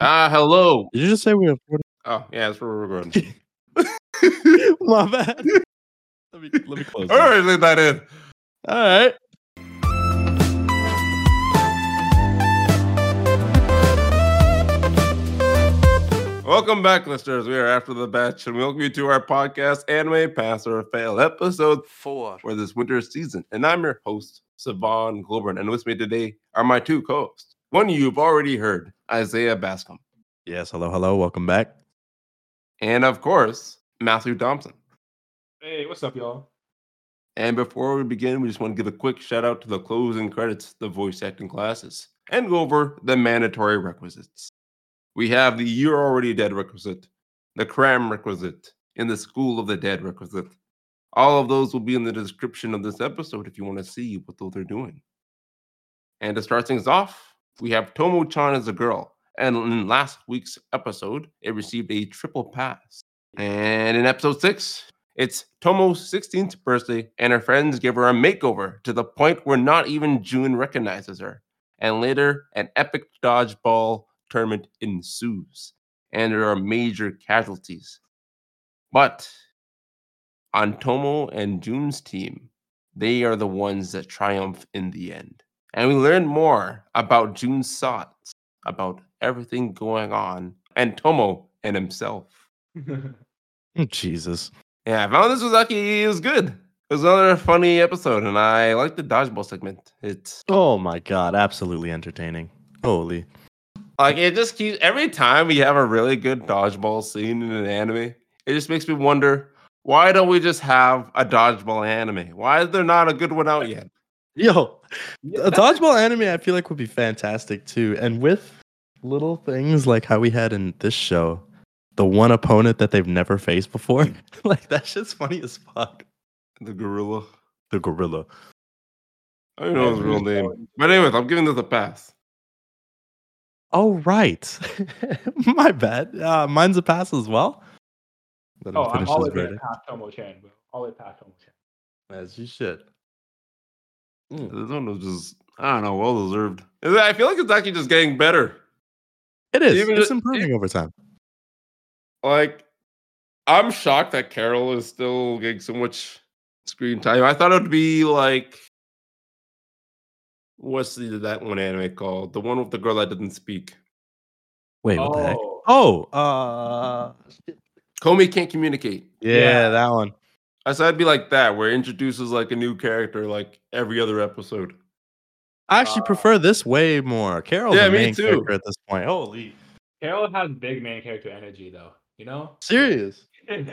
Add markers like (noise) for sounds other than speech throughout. Ah, hello. Did you just say we have Oh, yeah, that's where we're (laughs) recording. (laughs) My bad. Let me let me close. All right, leave that in. All right. Welcome back, listeners. We are after the batch, and we welcome you to our podcast, Anime Pass or Fail, episode Four. for this winter season. And I'm your host, Savon Globurn. And with me today are my two co-hosts. One you've already heard, Isaiah Bascom, Yes. Hello. Hello. Welcome back. and of course, Matthew Thompson. Hey, what's up, y'all? And before we begin, we just want to give a quick shout out to the closing credits, the voice acting classes, and go over the mandatory requisites. We have the You're Already Dead requisite, the Cram requisite, and the School of the Dead requisite. All of those will be in the description of this episode if you want to see what those are doing. And to start things off, we have Tomo chan as a girl. And in last week's episode, it received a triple pass. And in episode six, it's Tomo's 16th birthday, and her friends give her a makeover to the point where not even June recognizes her. And later, an epic dodgeball tournament ensues, and there are major casualties. But on Tomo and June's team, they are the ones that triumph in the end. And we learn more about June's thoughts, about everything going on, and Tomo and himself. Hmm, Jesus. Yeah, I found this was actually it was good. It was another funny episode, and I like the dodgeball segment. It's Oh my God. Absolutely entertaining. Holy. like it just keeps every time we have a really good dodgeball scene in an anime, it just makes me wonder why don't we just have a dodgeball anime? Why is there not a good one out yet? Yo, a dodgeball anime. I feel like would be fantastic too, and with little things like how we had in this show, the one opponent that they've never faced before. (laughs) like that shit's funny as fuck. The gorilla. The gorilla. I don't know his real name. But anyways, I'm giving this a pass. Oh right. (laughs) My bad. Uh, mine's a pass as well. Let him Oh, I'm finish all his the way verdict. past Tomo Chan, bro. All the way past Tomo Chan. As you should. This one was just I don't know, well deserved. Hmm. I feel like it's actually just getting better. It is. Even it's ju- improving over time. like I'm shocked that Carol is still getting so much screen time. I thought it would be like what's the, that one anime called? The one with the girl that didn't speak. Wait, what the heck? Oh, Oh, (laughs) uh, Comey can't communicate. yeah, Yeah. that one. I said it'd be like that, where it introduces like a new character like every other episode. I actually Uh, prefer this way more. Carol's Yeah, the me main too. character at this point. Holy, Carol has big main character energy, though. You know? (laughs) serious? I,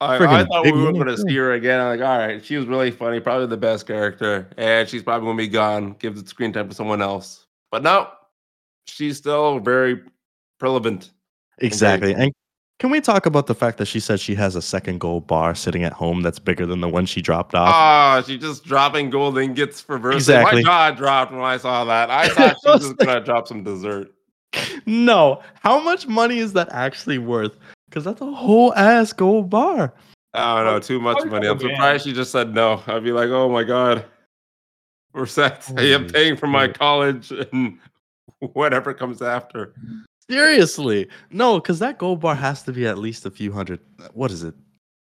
I Friggin' thought we big were money going to too. see her again. I'm like, all right, she was really funny, probably the best character, and she's probably going to be gone. Give the screen time to someone else, but no, she's still very relevant. Exactly. And can we talk about the fact that she said she has a second gold bar sitting at home that's bigger than the one she dropped off? Ah, she just dropping gold and gets reversed. Exactly. My jaw dropped when I saw that. I thought she I was was just gonna drop some dessert. no, how much money is that actually worth? Because that's a whole ass gold bar. I don't know, Oh, too much oh, money. I'm yeah. surprised she just said no. I'd be like, oh my god, we're set. (laughs) I am Holy paying for my shit. college and whatever comes after. Seriously, no, because that gold bar has to be at least a few hundred. What is it?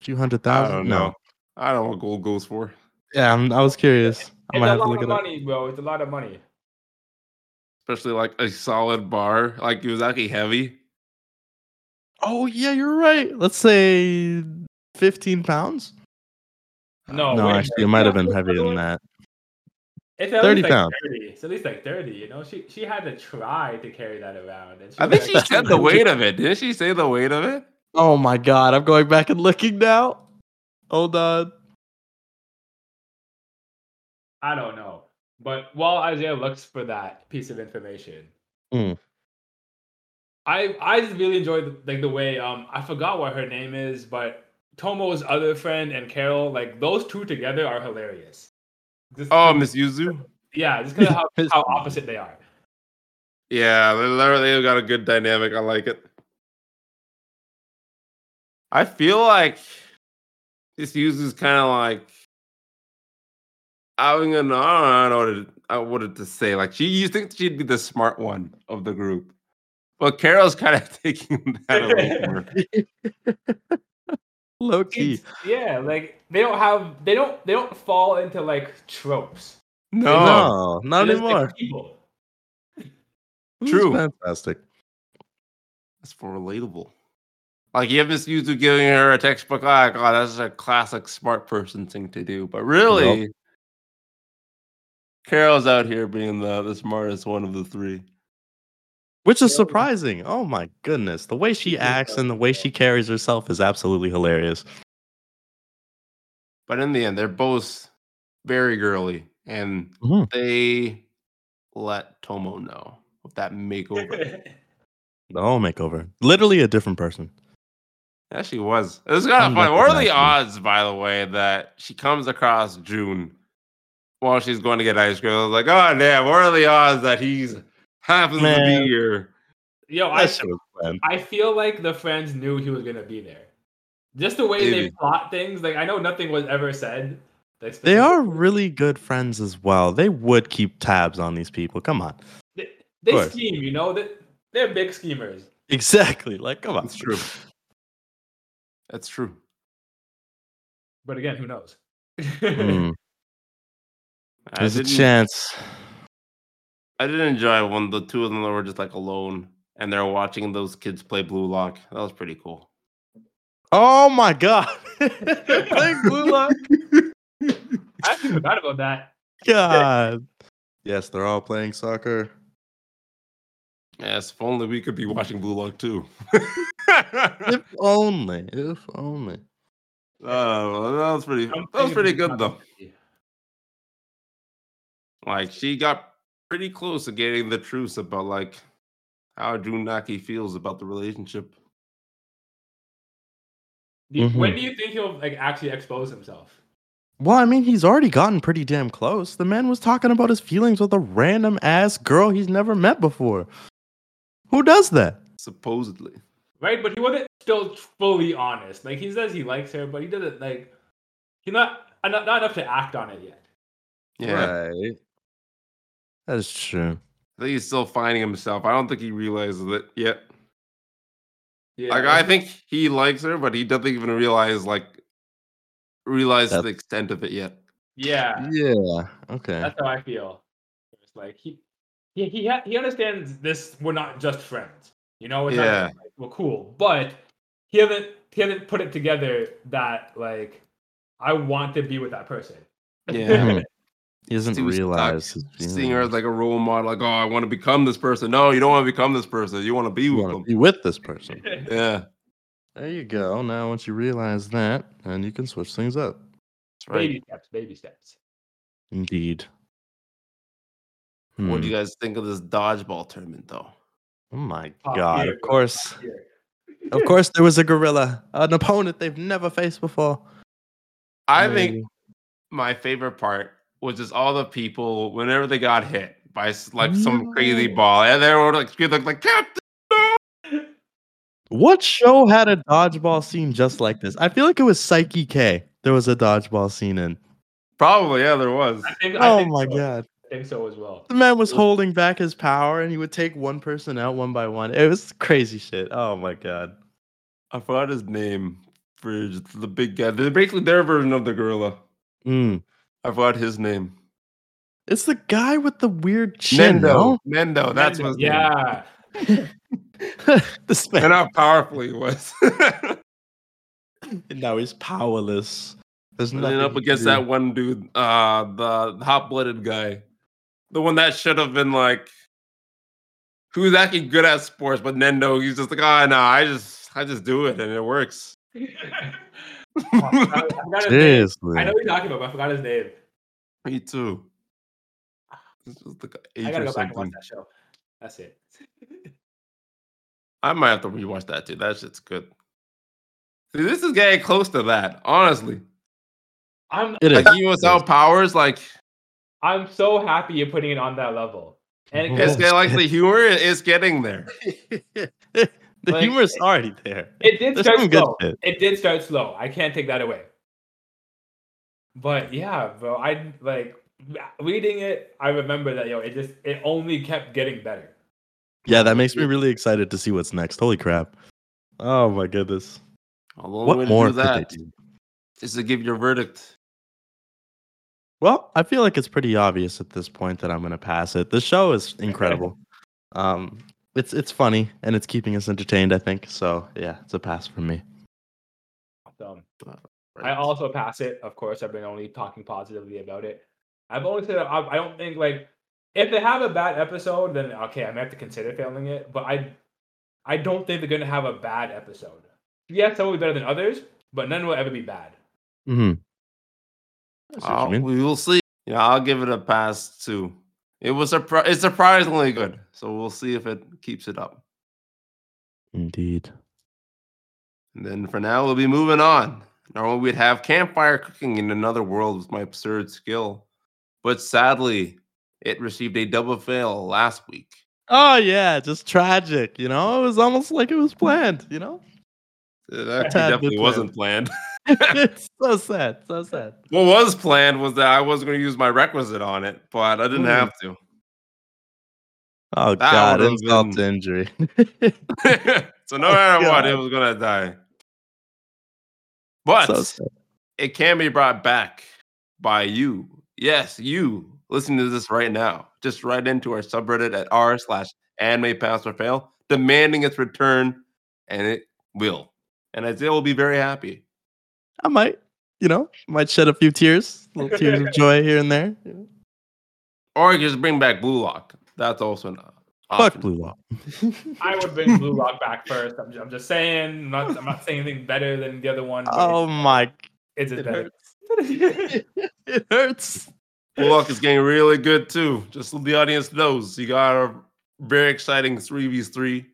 Few hundred I thousand? don't No. know. I don't know what gold goes for. Yeah, I'm, I was curious. I it's might a have to lot look of it up. money, bro. It's a lot of money. Especially like a solid bar. Like it was actually heavy. Oh yeah, you're right. Let's say fifteen pounds. No, no, Oh, wait, actually, it it's might have not- been heavier than that. It's at 30 least like pounds. 30. It's at least like 30. You know, she she had to try to carry that around. And she I think was she like, said the weight of it. Didn't she say the weight of it? Oh my god, I'm going back and looking now. Hold on. I don't know. But while Isaiah looks for that piece of information, Mm. I I just really enjoyed like the way um I forgot what her name is, but Tomo's other friend and Carol, like those two together are hilarious. Just Oh, 'cause- Miss Yuzu. yeah, (laughs) just because how, Miss- how opposite they are. Yeah, they literally have got a good dynamic. I like it. I feel like this uses kind of like I'm gonna I don't know what it, I wanted to say. Like she, you think she'd be the smart one of the group, Well, Carol's kind of (laughs) taking that away from her. Low key. It's- yeah, like they don't have they don't they don't fall into like tropes. No. No, not They're just, like, anymore. people. This is True. Fantastic. That's for relatable. Like you have this used to giving her a textbook. Ah, God, that's a classic smart person thing to do. But really, Carol's out here being the, the smartest one of the three. Which is Yeah. surprising. Oh my goodness. The way she She's acts so and the way she carries herself is absolutely hilarious. But in the end, they're both very girly, and Mhm. they let Tomo know of that makeover. The whole makeover. Literally a different person. yeah, she was. It was kind of funny. What are the Unrecognizable. odds, by the way, that she comes across June while she's going to get ice cream? I was like, oh damn, what are the odds that he's happens to Man. be here? (laughs) Yo, I That shit was planned. I feel like the friends knew he was gonna be there. Just the way they Maybe. plot things. Like I know nothing was ever said. like, They are specifically. really good friends as well. They would keep tabs on these people. Come on. (laughs) They, they course. scheme, you know. They, they're big schemers. Exactly. Like, come on. That's true. That's true. But again, who knows? Mm, (laughs) I there's a didn't- chance. I did enjoy when the two of them were just like alone and they're watching those kids play Blue Lock. That was pretty cool. Oh my god. (laughs) Thank Blue (laughs) Lock. (laughs) I actually forgot about that. God. Yes, they're all playing soccer. Yes, if only we could be watching Blue Lock too. (laughs) If only. If only. Oh, that was pretty. I'm That was thinking pretty it's good not though. easy. Like she got pretty close to getting the truth about like how Junaki feels about the relationship. Do you- When Mhm. do you think he'll like actually expose himself? Well, I mean, he's already gotten pretty damn close. The man was talking about his feelings with a random ass girl he's never met before. Who does that? Supposedly, Right, but he wasn't still fully honest. Like he says he likes her, but he doesn't like. He's not uh, not, not enough to act on it yet. yeah. Right. That is true. I think he's still finding himself. I don't think he realizes it yet. Yeah, Like I think he likes her, but he doesn't even realize like realize That- the extent of it yet. Yeah, Yeah. Okay. that's how I feel. It's like he, he, he, ha- he understands this. We're not just friends, you know. It's not Yeah. just like, we're cool, but he hasn't he hasn't put it together that like I want to be with that person. (laughs) (laughs) Yeah. Mhm. He doesn't He was stuck realize his Seeing her as feelings. like a role model, like, oh, I want to become this person. No, you don't want to become this person. You want to be you with want to them. be with this person. Yeah, that's There you go. Now, once you realize that, then you can switch things up. right. Baby steps, baby steps. Indeed. What do Hmm. you guys think of this dodgeball tournament, though? oh my Top god! tier. Of course, Here. of course, there was a gorilla, an opponent they've never faced before. I There think you my favorite part was just all the people whenever they got hit by s- like some crazy No. ball, and they were like screaming like, like "Captain!" What show had a dodgeball scene just like this? I feel like it was Psyche K. There was a dodgeball scene in. Probably, yeah, there was. I think, I Oh think my so. god. I think so as well. The man was holding back his power and he would take one person out one by one. It was crazy shit. Oh my god. I forgot his name for just the big guy. They're basically their version of the gorilla. Mm. I forgot his name. It's the guy with the weird chin. Mendo. No? (laughs) Mendo. Oh, That's Mendo, what. Yeah. Yeah, this (laughs) And man. how powerful he was. (laughs) Now he's powerless. There's And nothing. then up he can against do. that one dude, uh, the hot blooded guy, the one that should have been like, who's actually good at sports, but Nendo, he's just like, ah, no, I just, I just do it and it works. Oh, I forgot- (laughs) I forgot his name. Seriously. I know what you're talking about, but I forgot his name. Me too. This was like eight I or gotta go back and watch something. that show. That's it. (laughs) I might have to rewatch that too. That shit's good. See, this is getting close to that, honestly. I'm It is. Like USL powers, like I'm so happy you're putting it on that level. And it's it, Yes. getting, like the humor is getting there. the Like- humor's already there. it did There's start some good slow. shit. It did start slow. I can't take that away. But yeah, bro, I like reading it. I remember that yo, it just it only kept getting better. Yeah, that makes me really excited to see what's next. Holy crap. Oh my goodness. Well, the only way What to more do could they that do? is to give your verdict. Well, I feel like it's pretty obvious at this point that I'm going to pass it. The show is incredible. Um, it's it's funny and it's keeping us entertained, I think. So, yeah, it's a pass for me. Awesome. I right? also pass it. Of course, I've been only talking positively about it. I've only said I, I don't think like if they have a bad episode, then okay, I might have to consider failing it. But I, I don't think they're gonna have a bad episode. Yes, some will be better than others, but none will ever be bad. Mm-hmm. Oh, Uh, we will see. Yeah, I'll give it a pass too. It was surpri- it's surprisingly good, so we'll see if it keeps it up. Indeed. And then for now, we'll be moving on. Normally, we'd have campfire cooking in another world with my absurd skill, but sadly, it received a double fail last week. Oh yeah, just tragic. You know, it was almost like it was planned. You know, (laughs) It Uh, actually Tad bit definitely planned. wasn't planned. (laughs) it's so sad, so sad. What was planned was that I was going to use my requisite on it, but I didn't Hmm. have to. (laughs) Oh That god, would've been- insult to injury. so no Oh, matter what, it God. was going to die. But So sad. it can be brought back by you. Yes, you listening to this right now. Just right into our subreddit at r slash anime pass or fail, demanding its return, and it will. And Isaiah will be very happy. I might, you know, might shed a few tears, little tears of joy here and there. Or you can just bring back Blue Lock. That's also not. Fuck Blue Law. I would bring Blue Lock back first. I'm just, I'm just saying. I'm not, I'm not saying anything better than the other one. (laughs) but Oh my, it's, it's it just better. hurts. (laughs) it hurts. Blue Lock is getting really good too. Just so the audience knows, you got a very exciting three v three.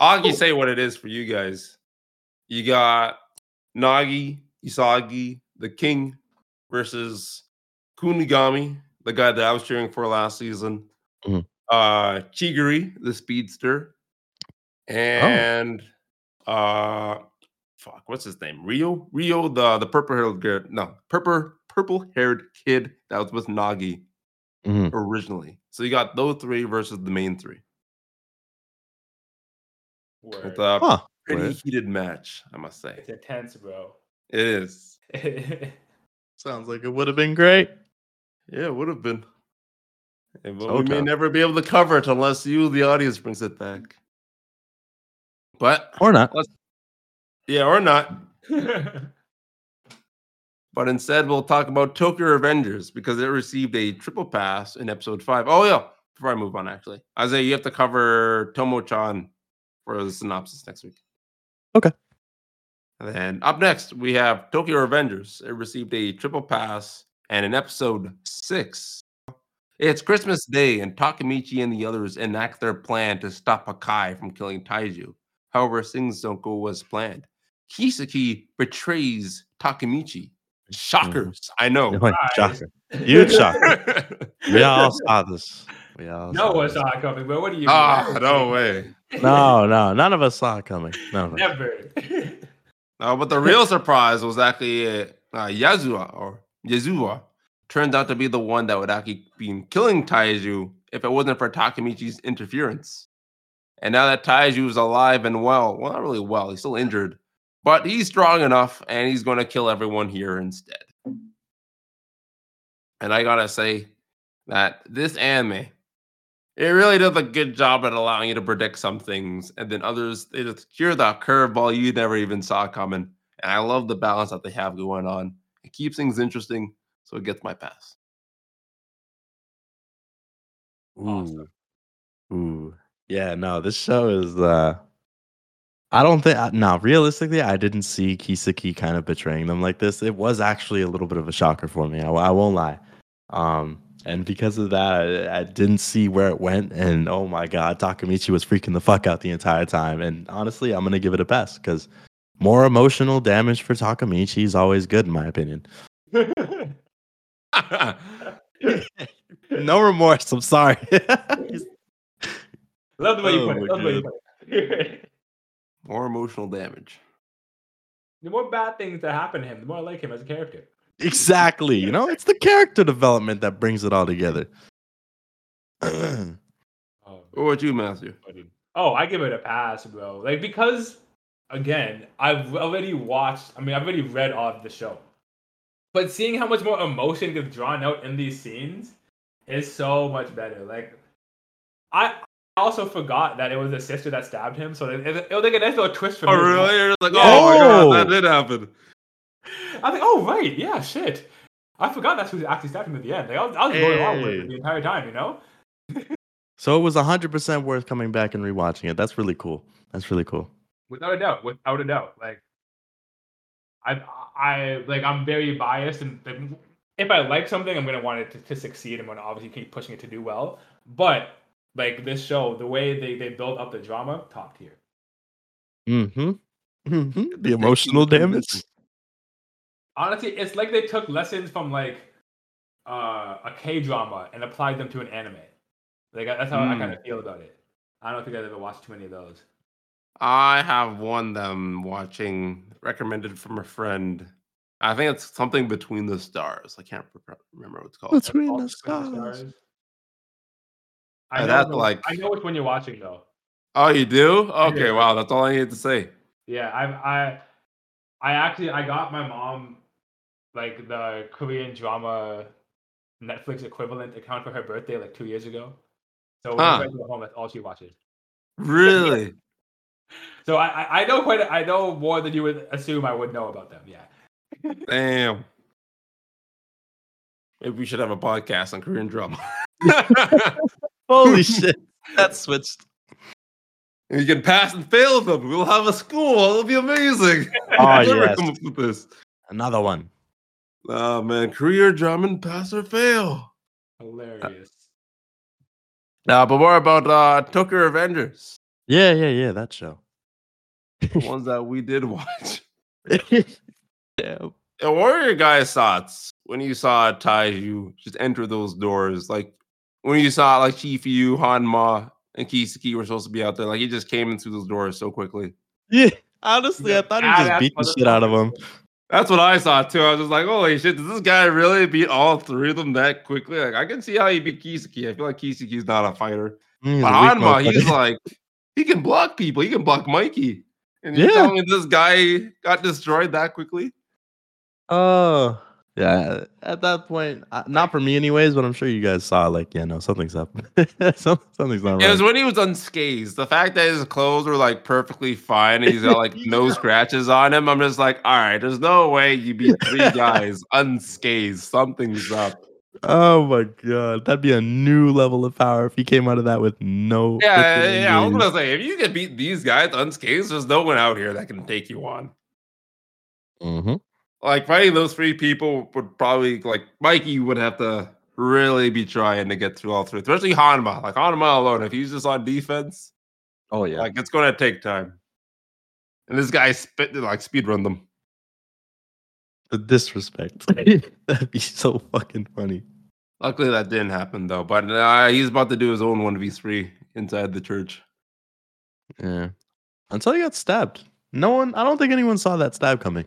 Augie, say what it is for you guys. You got Nagi, Isagi, the King, versus Kunigami, the guy that I was cheering for last season. Mhm. Uh, Chigiri, the speedster, and uh, fuck, what's his name? Rio, Rio, the the purple haired kid. No, purple purple haired kid that was with Nagi Mhm. originally. So you got those three versus the main three. Word. It's a Huh. pretty Word. heated match, I must say. It's intense, bro. (laughs) It is. Sounds like it would have been great. Yeah, it would have been. Yeah, but So we may tough. never be able to cover it unless you, the audience, brings it back. But Or not. yeah, or not. Word. But instead, we'll talk about Tokyo Avengers because it received a triple pass in episode five. Oh yeah, before I move on, actually, Isaiah, you have to cover Tomo-chan for the synopsis next week. Okay. And then up next, we have Tokyo Avengers. It received a triple pass, and in episode six, it's Christmas Day, and Takamichi and the others enact their plan to stop Hakai from killing Taiju. However, things don't go as planned. Kisaki betrays Takamichi. Shockers, I know. (laughs) Like, shocker. Huge (laughs) shocker. Oh, We (laughs) all saw this. We all No saw one this. saw it coming, but what do you? Ah, mean? (laughs) no way. No, no, none of us saw it coming. None of (laughs) us. Never. No, Uh, but the real surprise was actually uh, uh, Yazua or Yazua turns out to be the one that would actually be killing Taiju if it wasn't for Takamichi's interference. And now that Taiju is alive and well, well, not really well, he's still injured, but he's strong enough and he's going to kill everyone here instead. And I gotta say that this anime, it really does a good job at allowing you to predict some things, and then others they just cure that curveball you never even saw coming. And I love the balance that they have going on. It keeps things interesting, so it gets my pass. Awesome. Ooh. Ooh. Yeah, no, this show is uh I don't think I- no, realistically, I didn't see Kisaki kind of betraying them like this. It was actually a little bit of a shocker for me. I, I won't lie. Um and because of that, I, I didn't see where it went. And oh my God, Takamichi was freaking the fuck out the entire time. And honestly, I'm going to give it a pass because more emotional damage for Takamichi is always good, in my opinion. (laughs) No remorse. I'm (laughs) sorry. Love the way you Oh put it. my Love the way you put it. (laughs) More emotional damage. the more bad things that happen to him, the more I like him as a character. Exactly. You know, (clears throat) it's the character development that brings it all together. Oh What about you, Matthew? (laughs) Oh, I give it a pass, bro. Like because again, I've already watched. I mean, I've already read of the show, but seeing how much more emotion gets drawn out in these scenes is so much better. Like, I also forgot that it was the sister that stabbed him, so it, it was like a nice little twist for me. Oh, really? You're like, oh my god, that did happen. I think, oh right, yeah, shit. I forgot that's who actually stabbed him at the end. Like, I was, I was going along with Hey. it the entire time, you know. So it was 100% worth coming back and rewatching it. That's really cool. That's really cool. without a doubt, without a doubt. Like, I, I like, I'm very biased, and like, if I like something, I'm gonna want it to, to succeed. I'm gonna obviously keep pushing it to do well. But like this show, the way they they build up the drama, top tier. Mm-hmm. Mm-hmm. (laughs) The emotional damage. Honestly, it's like they took lessons from like uh, a K drama and applied them to an anime. Like that's how I Mm. kind of feel about it. I don't think I've ever watched too many of those. I have one them watching recommended from a friend. I think it's something between the stars. I can't re- remember what it's called. That's Between All the Between Stars. I Yeah, know, that's which- like- I know which one you're watching though. Oh, you do? Okay, Yeah. wow, that's all I need to say. Yeah, I I I actually I got my mom like the Korean drama Netflix equivalent account for her birthday like two years ago. So when Huh. I go home, that's all she watches. Really? So I I- I know quite a- I know more than you would assume I would know about them. Yeah. Damn. Maybe we should have a podcast on Korean drama. (laughs) (laughs) Holy shit. That switched. and you can pass and fail them. We'll have a school. It'll be amazing. (laughs) Oh, Whoever yes. come up with this. Another one. Oh man, career drum and pass or fail. Hilarious. Uh, but more about uh, Tokyo Avengers, Yeah, yeah, yeah. That (laughs) show. the ones that we did watch. Damn. Yeah, what were your guys' thoughts when you saw Taiju just enter those doors? Like when you saw like Chief Yu, Hanma, and Kisaki were supposed to be out there, like he just came in through those doors so quickly. Yeah. Honestly, I thought he Badass just beat the shit out of him. That's what I saw too. I was just like, holy shit, does this guy really beat all three of them that quickly? Like I can see how he beat Kisaki. I feel like Kisaki's not a fighter. Mm, he's But a weak Hanma, he's motherfucker. like, he can block people. He can block Mikey. And you're Yeah. telling me this guy got destroyed that quickly? Oh. Yeah. At that point, uh, not for me, anyways, but I'm sure you guys saw, like, yeah, no, something's up. (laughs) Some, something's not It was right. when he was unscathed. The fact that his clothes were like perfectly fine and he's got like (laughs) no scratches on him, I'm just like, all right, there's no way you beat three (laughs) guys unscathed. Something's up. Oh, my God. That'd be a new level of power if he came out of that with no. Yeah, freaking yeah, yeah. I was injuries. gonna say, if you can beat these guys unscathed, there's no one out here that can take you on. Mhm. Like fighting those three people would probably like Mikey would have to really be trying to get through all three, especially Hanma. Like Hanma alone, if he's just on defense, Oh, yeah. like it's gonna take time. And this guy spit like speed run them. The (laughs) disrespect. That'd be so fucking funny. Luckily, that didn't happen though. But uh, he's about to do his own one v three inside the church. Yeah. Until he got stabbed. No one I don't think anyone saw that stab coming.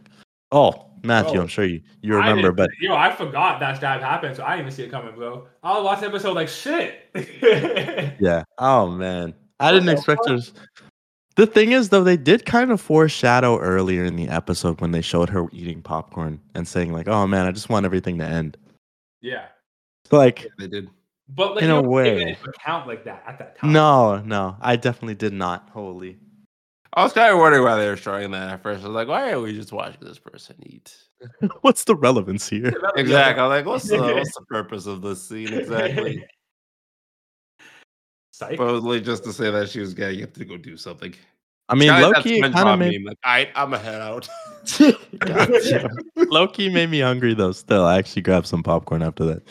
Oh, Matthew, Oh. I'm sure you, you I remember, didn't- but Uh, yo, I forgot that stab happened, so I didn't even see it coming, bro. I was watching the episode like shit. (laughs) yeah. Oh man. I didn't the expect this. The thing is though, they did kind of foreshadow earlier in the episode when they showed her eating popcorn and saying, like, oh man, I just want everything to end. yeah. Like, They did. But like In you a don't way. take it into account like that at that time. no, no, I definitely did not. Holy. (laughs) I was kind of wondering why they were showing that at first. I was like, why are we just watching this person eat? (laughs) What's the relevance here? Exactly. I'm like, what's (laughs) the, what's the purpose of this scene exactly? Psych. Supposedly just to say that she was getting up to go do something. I mean, Kinda like that Loki kind SpongeBob of meme, made (laughs) like, all right, I'm gonna head out. (laughs) Gotcha. Loki made me hungry though. Still, I actually grabbed some popcorn after that.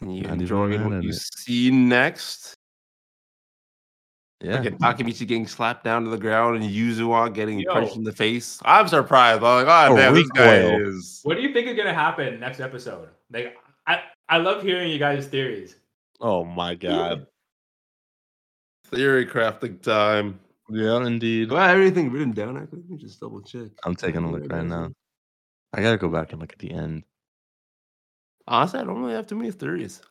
And you Not even enjoying mad what at you it. see next? Yeah, Like Takamichi getting slapped down to the ground and Yuzuwa getting Yo. punched in the face. I'm surprised. I'm like, oh, Oh, damn, this guy recoil. is. What do you think is gonna happen next episode? Like I, I love hearing you guys' theories. Oh my god. Theory crafting time. Yeah, indeed. Do I have anything written down? Actually, let me just double check. I'm taking a look right now. I gotta go back and look at the end. Honestly, I don't really have too many theories.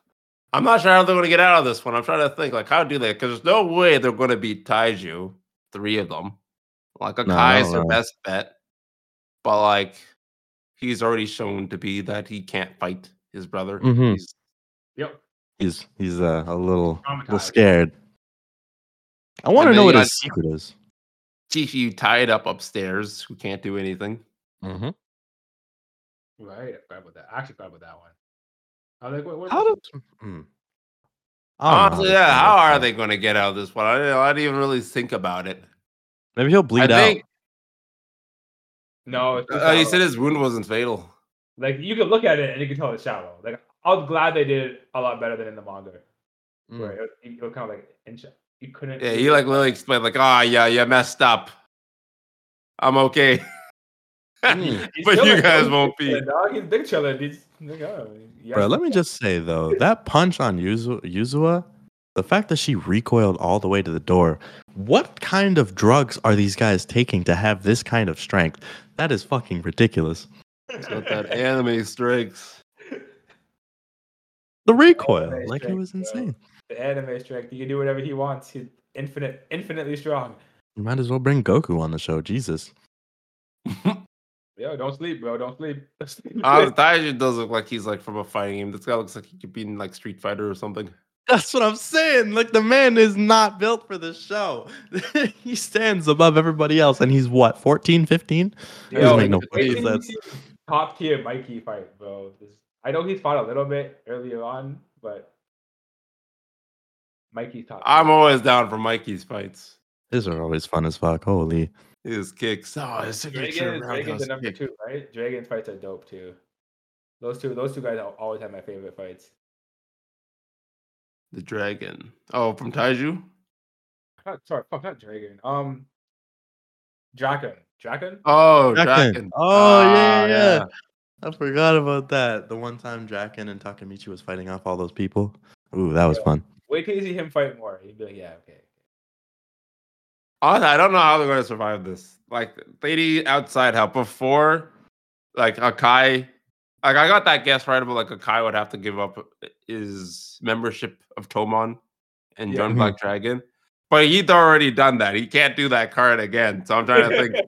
I'm not sure how they're going to get out of this one. I'm trying to think, like, how do they? Because there's no way they're going to beat Taiju, three of them. Like, No, Akai's no, their no. best bet. But, like, he's already shown to be that he can't fight his brother. Mhm. He's, Yep. He's he's uh, a little little Traumatized. scared. I want to then know you what got- his secret is. Chichi tied up upstairs, who can't do anything. Mm-hmm. Right. I forgot about that. I actually forgot about that one. I was like, what, what How do? Mm. I don't know Honestly, this yeah, guy how works are out. they going to get out of this one? I didn't, I didn't even really think about it. Maybe he'll bleed I out. think No, it's just uh, he shallow. said his wound wasn't fatal. like you could look at it and you can tell it's shallow. Like I was glad they did it a lot better than in the manga, Mm. where it, it was kind of like inch. You couldn't. Yeah, he like literally explained, like, ah, yeah, you messed up. I'm okay. (laughs) Mm. Hmm. He's but you chilling, guys he's won't be. chilling, Dog, he's big chilling. He's, like, oh, yeah. Bro, (laughs) let me just (laughs) say though, that punch on Yuzu- Yuzua, the fact that she recoiled all the way to the door, what kind of drugs are these guys taking to have this kind of strength? That is fucking ridiculous. It's got (laughs) that anime (laughs) strikes. The recoil, Anime like it strength, was bro. insane. the anime strength. He can do whatever he wants. He's infinite, infinitely strong. You might as well bring Goku on the show, Jesus. Yo, don't sleep, bro. Don't sleep. Don't sleep. (laughs) Uh, Taiju does look like he's like from a fighting game. This guy looks like he could be in like Street Fighter or something. That's what I'm saying. Like the man is not built for this show. (laughs) he stands above everybody else, and he's what 14, 15? It doesn't make no wait fucking till you sense. see Top tier Mikey fight, bro. This- I know he's fought a little bit earlier on, but Mikey's top. I'm tier. always down for Mikey's fights. These are always fun as fuck. Holy, His kicks. Oh, his signature Dragon, Dragon's roundhouse the number kick. two, right? Dragon fights are dope too. Those two, those two guys al- always have my favorite fights. The dragon. Oh, from Taiju? Not, sorry, fuck, not Dragon. Um, Draken, Draken. Oh, Draken. dragon. Oh, yeah, Ah, yeah, yeah. I forgot about that. The one time Draken and Takamichi was fighting off all those people. Ooh, that was Yeah. fun. Wait till you see him fight more. He'd be like, yeah, okay. Honestly, I don't know how they're going to survive this. Like, they need outside help. Before, like, Akai, like, I got that guess right, but like, Akai would have to give up his membership of Tomon and Yeah. join (laughs) Black Dragon. But he'd already done that. He can't do that card again. So I'm trying to (laughs) think,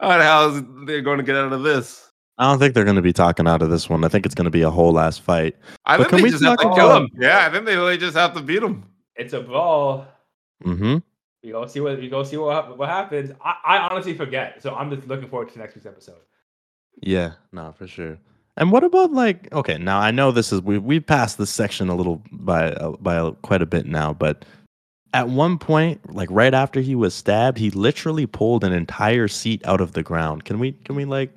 how the hell is they going to get out of this? I don't think they're going to be talking out of this one. I think it's going to be a whole ass fight. I But think can they we just have to talk kill about- him. Yeah, I think they really just have to beat him. (laughs) it's a brawl. Mm-hmm. We go see what we go see what hap- what happens. I, I honestly forget, so I'm just looking forward to next week's episode. Yeah, no, for sure. And what about like okay? Now I know this is we we passed this section a little by uh, by a- quite a bit now, but at one point, like right after he was stabbed, he literally pulled an entire seat out of the ground. Can we can we like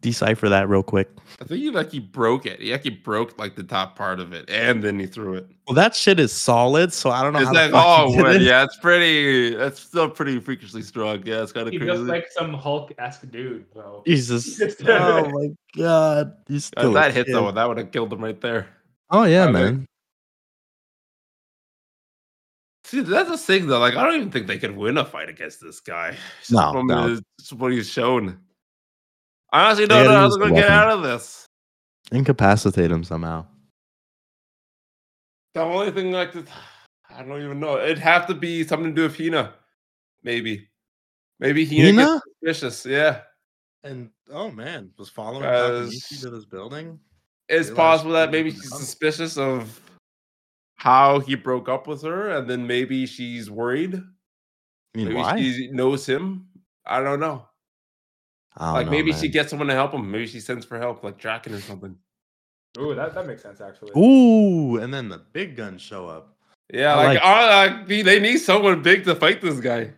decipher that real quick? I think he like he broke it. He actually broke like the top part of it, and then he threw it. Well, that shit is solid, so I don't know. It's how the like, fuck he oh, did wood. it. yeah, it's pretty. That's still pretty freakishly strong. Yeah, it's kind of He crazy. looks like some Hulk esque dude, bro. (laughs) Jesus. oh my god. He's Uh, still a that hit kid. though, that would have killed him right there. Oh yeah, Okay. man. See, that's the thing though. Like, I don't even think they could win a fight against this guy. Just No, from no. his- just what he's shown. I honestly They don't know gotta how use they're the gonna get weapon. out of this. Incapacitate him somehow. The only thing like this, I don't even know. It'd have to be something to do with Hina, maybe. Maybe Hina, Hina? gets suspicious. Yeah. And oh man, was following Guys. Takamichi to this building. it's Realize possible that she maybe doesn't she's know. suspicious of how he broke up with her, and then maybe she's worried. I mean, Maybe why? she knows him. I don't know. I don't like know, maybe she man. gets someone to help him. Maybe she sends for help, like Draken or something. Ooh, that, that makes sense actually. Ooh, and then the big guns show up. Yeah, I like, like- I- I- they need someone big to fight this guy.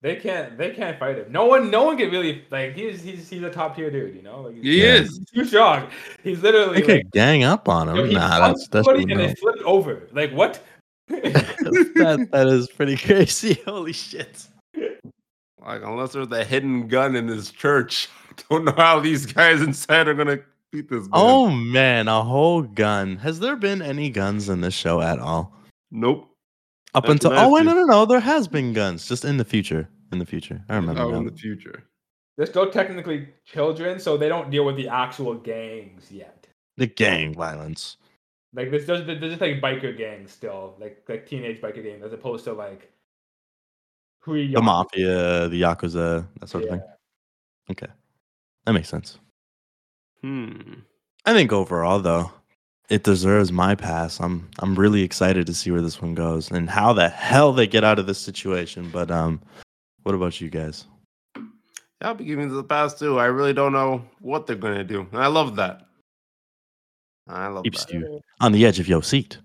They can't they can't fight him. No one no one can really like he's he's he's a top tier dude, you know? Like he's He Yeah. is. too strong. He's literally They like, could gang up on him. yo, he nah, bumped that's that's somebody really and they flipped over. Like what? (laughs) (laughs) that, that (laughs) is pretty crazy. (laughs) Holy shit. Like unless there's a hidden gun in this church, (laughs) don't know how these guys inside are gonna beat this. Man. Oh man, a whole gun. Has there been any guns in this show at all? nope. Up That's until what I oh wait did. no no no there has been guns just in the future in the future I remember Out now. in the future. They're still technically children, so they don't deal with the actual gangs yet. the gang violence Like this, there's, there's just like biker gangs still, like like teenage biker gangs, as opposed to like pre The mafia, the yakuza, that sort of thing. Okay, that makes sense. Hmm. I think overall, though, it deserves my pass. I'm I'm really excited to see where this one goes and how the hell they get out of this situation. But um, what about you guys? I'll be giving this a pass too. I really don't know what they're gonna do. And I love that. I love Keeps that. you on the edge of your seat.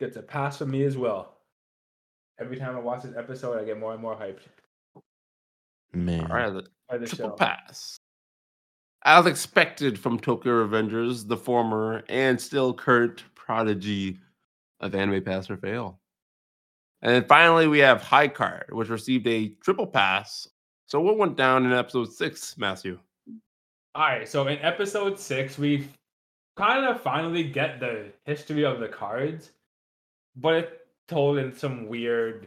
Gets a pass from me as well. Every time I watch this episode, I get more and more hyped Man, All right, by the triple show. pass. As expected from Tokyo Revengers, the former and still current prodigy of anime pass or fail. And then finally, we have High Card, which received a triple pass. So what went down in episode six, Matthew? All right, so in episode six, we kind of finally get the history of the cards, but it's told in some weird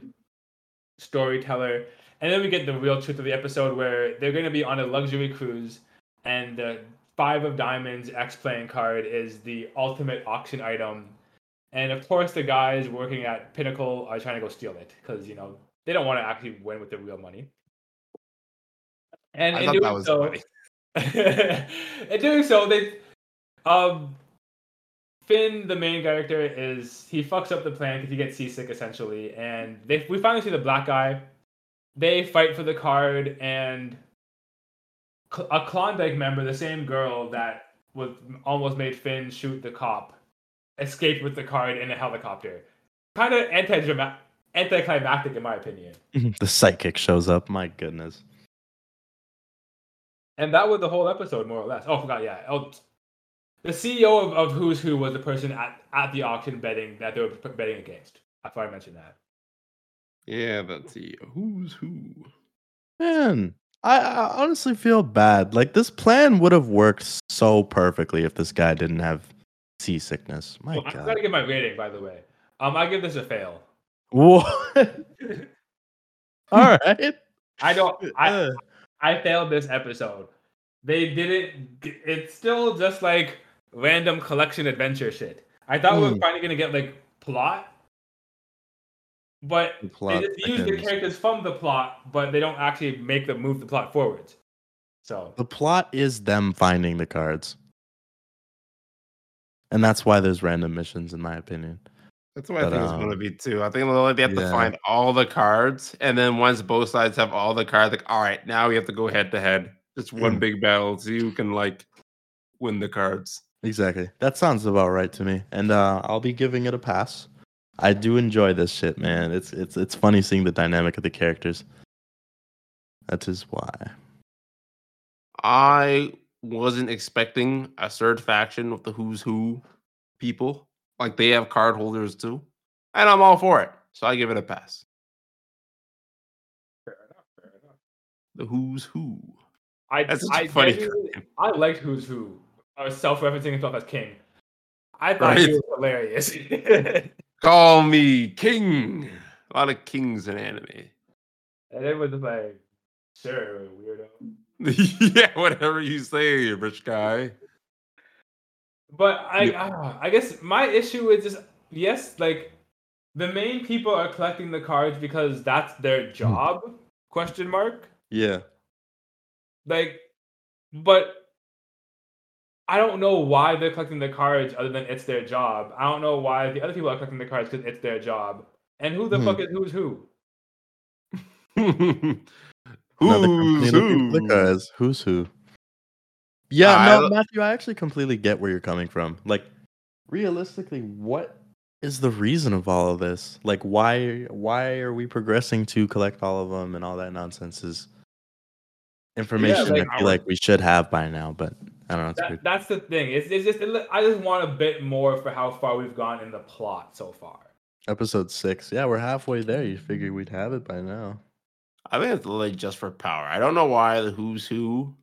storyteller. And then we get the real truth of the episode where they're going to be on a luxury cruise, and the Five of Diamonds X playing card is the ultimate auction item. And of course, the guys working at Pinnacle are trying to go steal it because, you know, they don't want to actually win with the real money. And I in thought doing that was so, funny. (laughs) in doing so, they um Finn, the main character, is he fucks up the plan because he gets seasick essentially, and they we finally see the black guy. They fight for the card, and Cl- a Klondike member, the same girl that was almost made Finn shoot the cop, escaped with the card in a helicopter. Kind of anti anticlimactic, in my opinion. (laughs) the psychic shows up. My goodness. And that was the whole episode, more or less. Oh, I forgot, yeah. Oh, the CEO of, of Who's Who was the person at, at the auction betting that they were p- betting against. I thought I mentioned that. Yeah, that's the who's who. Man, I, I honestly feel bad. Like this plan would have worked so perfectly if this guy didn't have seasickness. My Well, I'm God. going to give my rating, by the way. Um, I give this a fail. (laughs) What? (laughs) All right. I don't. I, Uh, I failed this episode. They didn't. g- It's still just like random collection adventure shit. I thought we were Mm. finally gonna get like plot, but the plot they just use the thickens. characters from the plot, but they don't actually make them move the plot forwards. So The plot is them finding the cards. And that's why there's random missions, in my opinion. That's what I But, think it's going to um, be too. I think they'll- they have to yeah. find all the cards, and then once both sides have all the cards, like all right, now we have to go head to head, just one Mm. big battle, see who can like win the cards. Exactly. That sounds about right to me. And uh, I'll be giving it a pass. I do enjoy this shit, man. It's it's it's funny seeing the dynamic of the characters. That is why. I wasn't expecting a third faction with the who's who people, like they have card holders too, and I'm all for it. So I give it a pass. fair enough. Fair enough. The who's who. I That's such a I, funny genuinely- I liked Who's Who. I was self-referencing himself as King. I thought Right. he was hilarious. (laughs) and Call me king. A lot of kings in anime. it was just like, sure, weirdo. (laughs) yeah, whatever you say, rich (laughs) guy. But I, ah, I guess my issue is just yes, like the main people are collecting the cards because that's Hmm. their job? Question mark. Yeah. Like, but I don't know why they're collecting the cards other than it's their job. I don't know why the other people are collecting the cards because it's their job. And who the Hmm. fuck is who's who? Another who's company who? looking for us. Who's who? Yeah, I- no, Matthew, I actually completely get where you're coming from. Like, realistically, what is the reason of all of this? Like, why why are we progressing to collect all of them and all that nonsense is information like- I feel like we should have by now, but I don't know. It's That, weird. that's the thing. It's, it's just I just want a bit more for how far we've gone in the plot so far. Episode six. Yeah, we're halfway there. You figure we'd have it by now. I think it's literally just for power. I don't know why the who's who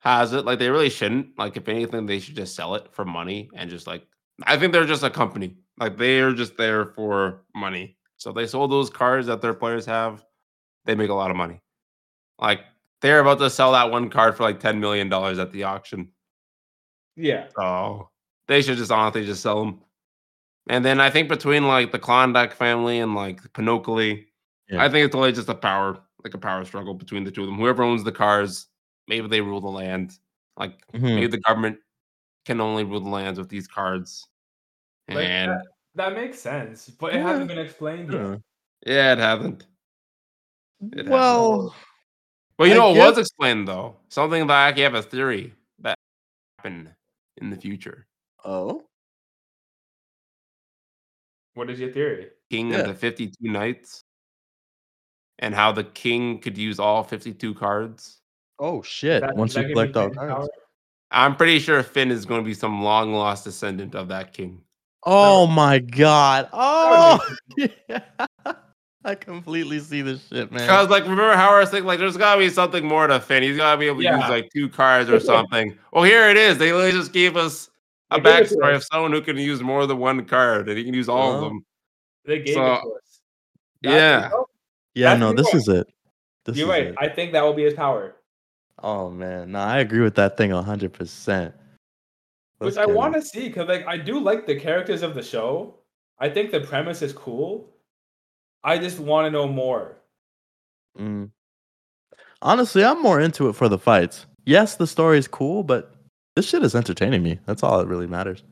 has it. Like they really shouldn't. Like if anything, they should just sell it for money and just like I think they're just a company. Like they're just there for money. So if they sold those cards that their players have. They make a lot of money. Like they're about to sell that one card for like ten million dollars at the auction. Yeah. So They should just honestly just sell them. And then I think between like the Klondike family and like Pinocchio, Yeah. I think it's only just a power, like a power struggle between the two of them. Whoever owns the cars, maybe they rule the land. Like Hmm. maybe the government can only rule the lands with these cards. Like, And that, that makes sense, but it hasn't been explained yet. Yeah. yeah, it happened. It Well, But you I know, it guess- was explained though. Something that I actually have a theory that happened in the future. oh, What is your theory? King Yeah. of the 52 Knights and how the king could use all 52 cards. oh shit! That- Once that you give collect me all Finn's cards. power? I'm pretty sure Finn is going to be some long lost descendant of that king. Oh my god! That Oh, (laughs) yeah. I completely see this shit, man. Because, like, remember how I was thinking, like, there's got to be something more to Finn. He's got to be able to use, Yeah. like, two cards (laughs) or something. well, here it is. They literally just gave us a They gave it to backstory us. of someone who can use more than one card and he can use all of Well, them. They gave So, it to us. yeah. oh, yeah, That's no, your this point. is it. This You're is right. it. I think that will be his power. Oh man, no, I agree with that thing hundred percent. which I want to see because like I do like the characters of the show. I think the premise is cool. I just want to know more. Mm. Honestly, I'm more into it for the fights. Yes, the story is cool, but this shit is entertaining me. That's all that really matters.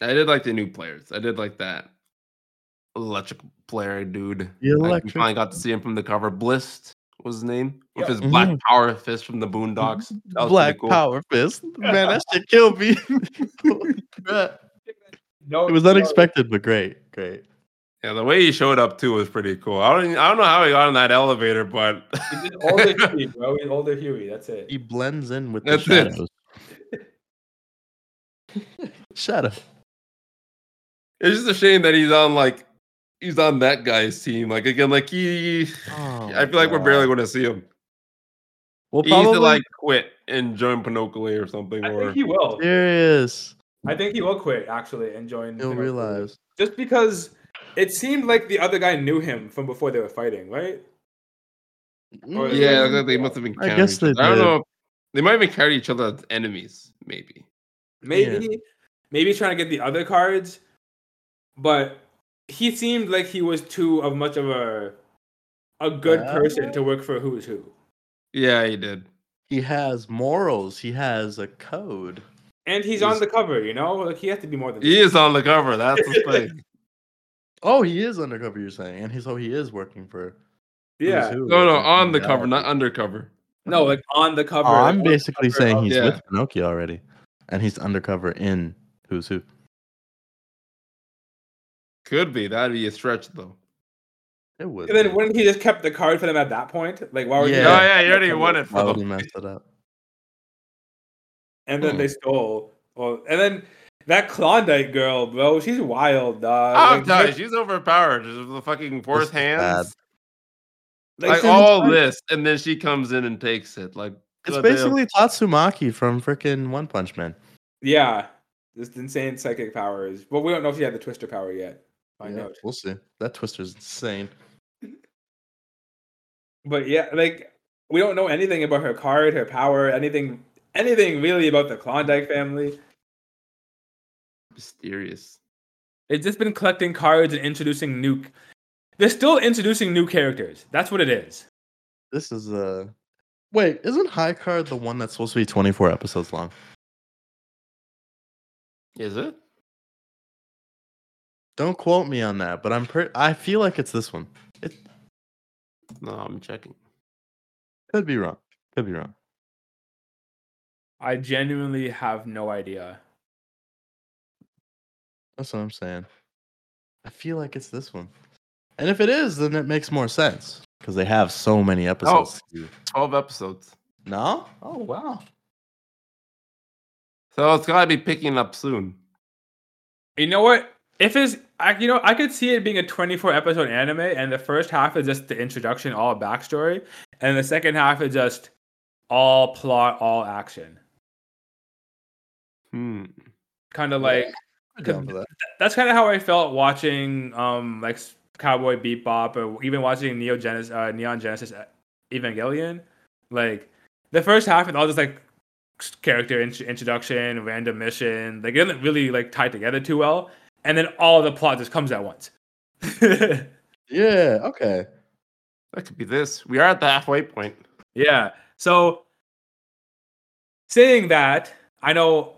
I did like the new players. I did like that electric player dude. The Like, we electric finally got to see him from the cover. Blist was his name with Yep. his black Mhm. power fist from the (laughs) Boondocks. That was Mm-hmm. Black pretty cool. Power (laughs) Fist. Man, that shit killed me. (laughs) it No, was no, unexpected, but great. Great. Yeah, the way he showed up too was pretty cool. I don't, I don't know how he got in that elevator, (laughs) but He's just older Huey, bro. He's older Huey. That's it. He blends in with That's the it. shadows. Shadow. it's just a shame that he's on like he's on that guy's team. Like again, like he, Oh, I feel like we're barely going to see him. well, He needs probably to like quit and join Pinocchio or something. I or think he will. serious. I think he will quit actually and join. He'll Pinocchio. realize. just because it seemed like the other guy knew him from before they were fighting, right? Or- Oh, Yeah, it looks like they must have been. I countering guess each other. they I don't did. know. If, they might have encountered each other as enemies, maybe. Maybe, maybe trying to get the other cards, but he seemed like he was too of much of a a good person to work for who's who. Yeah, he did. He has morals. He has a code. And he's, He's- on the cover, you know. Like he has to be more than. He is on the cover. That's the thing. Oh, he is undercover. You're saying, and he's oh, he is working for. who's yeah. who No, or no, something on the like cover, that. not undercover. No, like on the cover. Oh, like, I'm on the basically cover saying of- he's yeah. with Pinocchio already, and he's undercover in Who's Who. Could be. That'd be a stretch, though. It would. And then wouldn't he just kept the card for them at that point? Like why would Yeah. Yeah. Oh, he? yeah, you already won it for (laughs) Why would he them. mess it up? And then Hmm. they stole. Well, and then that Klondike girl, bro, she's wild, dog. I'm Like, telling you, she's overpowered. Just the fucking force is bad. hands, like, like she's all fine. this, and then she comes in and takes it. Like It's goddamn. basically Tatsumaki from freaking One Punch Man. Yeah, just insane psychic powers. But we don't know if she had the twister power yet. Find Yeah, out. we'll see. That twister's insane. But yeah, like we don't know anything about her card, her power, anything, anything really about the Klondike family. mysterious. It's just been collecting cards and introducing new. They're still introducing new characters. That's what it is. This is Uh... Wait, isn't High Card the one that's supposed to be 24 episodes long? Is it? Don't quote me on that, but I'm pretty. I feel like it's this one. It No, I'm checking. could be wrong. Could be wrong. I genuinely have no idea. That's what I'm saying. I feel like it's this one. And if it is, then it makes more sense because they have so many episodes. to do. Oh, Twelve episodes. No? Oh, wow. So it's gotta be picking up soon. You know what? If it's, I, you know, I could see it being a 24 episode anime, and the first half is just the introduction, all backstory, and the second half is just all plot, all action. Hmm. Kind of Yeah. like I'm down for that. that's kind of how I felt watching, um, like Cowboy Bebop, or even watching Neo Genesis, uh, Neon Genesis Evangelion. Like the first half is all just like s- character int- introduction, random mission. Like it doesn't really like tie together too well, and then all the plot just comes at once. (laughs) Yeah. Okay. That could be this. We are at the halfway point. Yeah. So, saying that, I know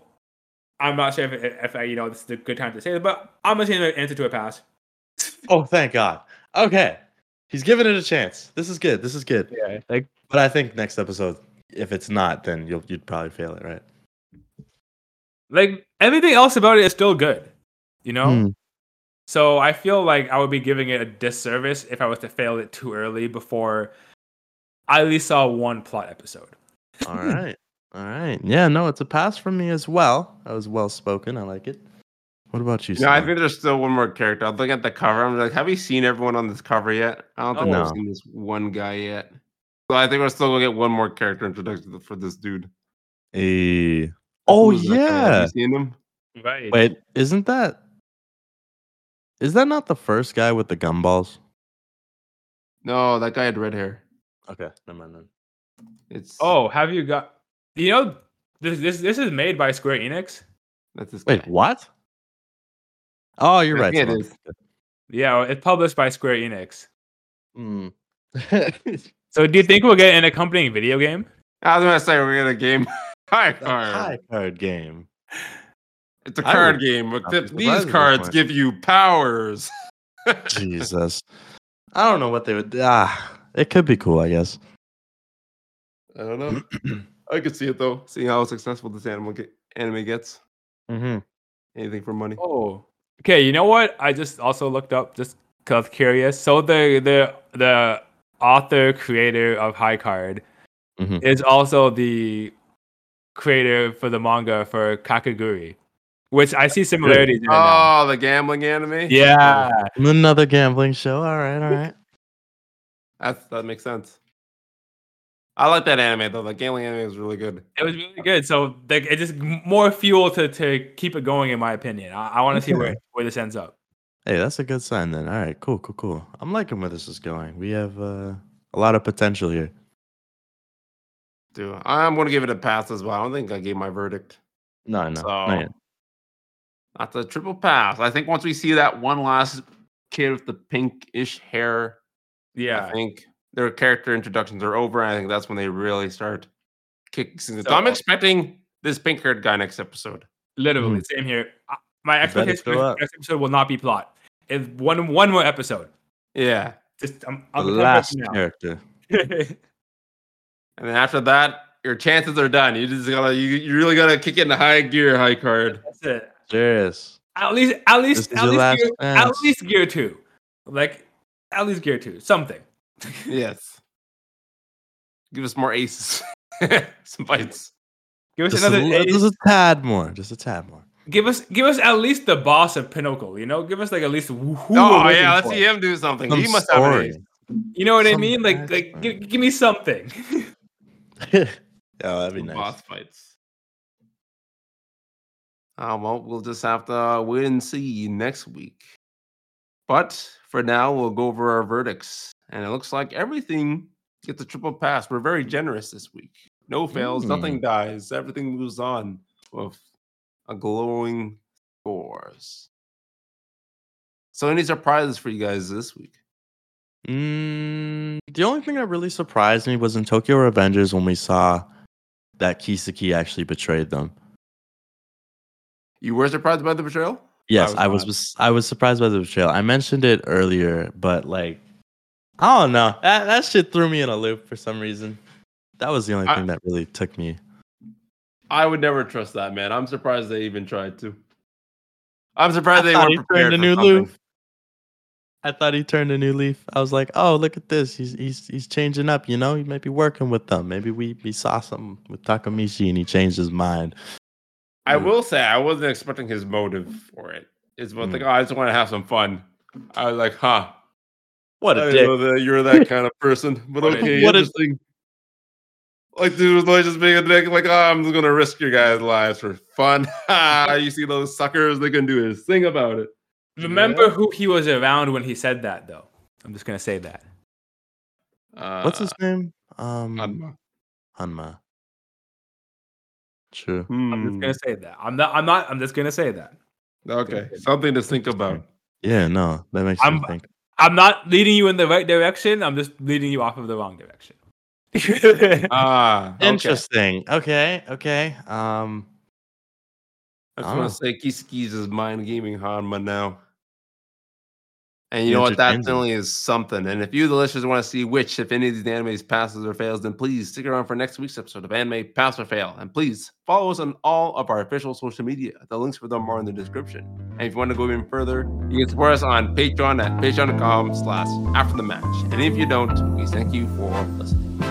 I'm not sure if, if I, you know this is a good time to say it, but I'm gonna say an answer to a pass. Oh, thank God. Okay. He's giving it a chance. This is good. This is good. Yeah. Like, but I think next episode, if it's not, then you'll you'd probably fail it, (laughs) right? Like everything else about it is still good, you know. Hmm. So I feel like I would be giving it a disservice if I was to fail it too early before I at least saw one plot episode. All right. All right. Yeah. No, it's a pass from me as well. I was well spoken. I like it. What about you? No, I Simon? think there's still one more character. I'm looking at the cover. I'm like, have you seen everyone on this cover yet? I don't think No. I've seen this one guy yet. So I think we're still gonna get one more character introduction for this dude. Eh. Oh Who's that guy? Have yeah. you seen him? Right. Wait, isn't that? Is that not the first guy with the gumballs? No, that guy had red hair. Okay, never mind. Then. It's Oh, have you got? You know, this this this is made by Square Enix. that's this Wait, guy. what? Oh, you're I right. think it Simon. is. Yeah, it's published by Square Enix. (laughs) Mm. So, do you think we'll get an accompanying video game? I was gonna say we're gonna game (laughs) high The card. high card game. It's a I card would game, not except be these surprised at this cards point. give you powers. (laughs) Jesus, I don't know what they would. Ah, it could be cool, I guess. I don't know. (clears throat) I could see it though. Seeing how successful this animal get, anime gets. Mm-hmm. Anything for money. Oh, okay. You know what? I just also looked up just because I was curious. So the the the author creator of High Card Mhm. is also the creator for the manga for Kakaguri, which I see similarities in it now. Oh, the gambling anime. Yeah, Another gambling show. All right, all right. That's, that makes sense. I like that anime though. The gambling anime is really good. it was really good. So like, it just more fuel to to keep it going, in my opinion. I, I want to see (laughs) where where this ends up. (laughs) Hey, that's a good sign then. All right, cool, cool, cool. I'm liking where this is going. We have uh, a lot of potential here. Dude, I'm gonna give it a pass as well. I don't think I gave my verdict. No, no, not yet. That's a triple pass. I think once we see that one last kid with the pinkish hair, I Yeah. think their character introductions are over. And I think that's when they really start kicking. So, So- I'm expecting this pink haired guy next episode. Literally, same here. Hmm. I- My You better expectation fill for up. next episode will not be plot. It's one one more episode. Yeah. Just I'm, The I'm last now. character. And then after that, your chances are done. You just gotta you, you really gotta kick it into high gear, high card. (laughs) That's it. Serious. At least, at This least, is at your least, last gear, at chance. least gear two, like at least gear two, something. Yes. Give us more aces. (laughs) Some fights. Give us Just a, another. li- ace. just a tad more. Just a tad more. give us, give us at least the boss of Pinnacle. You know, give us like at least who. we're Oh waiting yeah, let's for. see him do something. Some he must have an story. ace. You know what I Some mean? Like, action. like, give, give me something. (laughs) yeah, (laughs) that'd be Some nice. boss fights. Uh, well, we'll just have to wait and see next week. But for now, we'll go over our verdicts, and it looks like everything gets a triple pass. We're very generous this week. No fails, nothing dies, everything moves on with a glowing scores. So, any surprises for you guys this week? Mm, the only thing that really surprised me was in Tokyo Revengers when we saw that Kisaki actually betrayed them. You were surprised by the betrayal? Yes, was I was, not. was I was surprised by the betrayal. I mentioned it earlier, but like I don't know. That that shit threw me in a loop for some reason. That was the only I- thing that really took me. I would never trust that man. I'm surprised they even tried to. I'm surprised I they thought weren't he prepared turned for a new something. leaf. I thought he turned a new leaf. I was like, "Oh, look at this. He's he's he's changing up, you know? He might be working with them. Maybe we, we saw something with Takamichi and he changed his mind." I Mm. will say I wasn't expecting his motive for it. It's about like, oh, I just want to have some fun. I was like, huh. What I a didn't dick. know that you're that kind of person. But What a- okay, what a- interesting. like, dude was like just being a dick. Like, oh, I'm just gonna risk your guys' lives for fun. (laughs) Ha, you see those suckers? They can do a thing about it. Remember who he was around when he said that, though. I'm just gonna say that. Uh, What's his name? Um Hanma. Hanma. True. I'm just Hmm. gonna say that. I'm not. I'm not. I'm just gonna say that. Okay, something to think about. Yeah, no, that makes me I'm- think. I'm not leading you in the right direction. I'm just leading you off of the wrong direction. (laughs) Ah, okay. (laughs) Interesting. Okay, okay. Um, I just want Oh. to say Kiskis is mind gaming Hanma now. And you know what? That Entertainment. certainly is something. And if you, the listeners, want to see which, if any of these animes passes or fails, then please stick around for next week's episode of Anime Pass or Fail. And please follow us on all of our official social media. The links for them are in the description. And if you want to go even further, you can support us on Patreon at patreon.com slash after the match. And if you don't, we thank you for listening.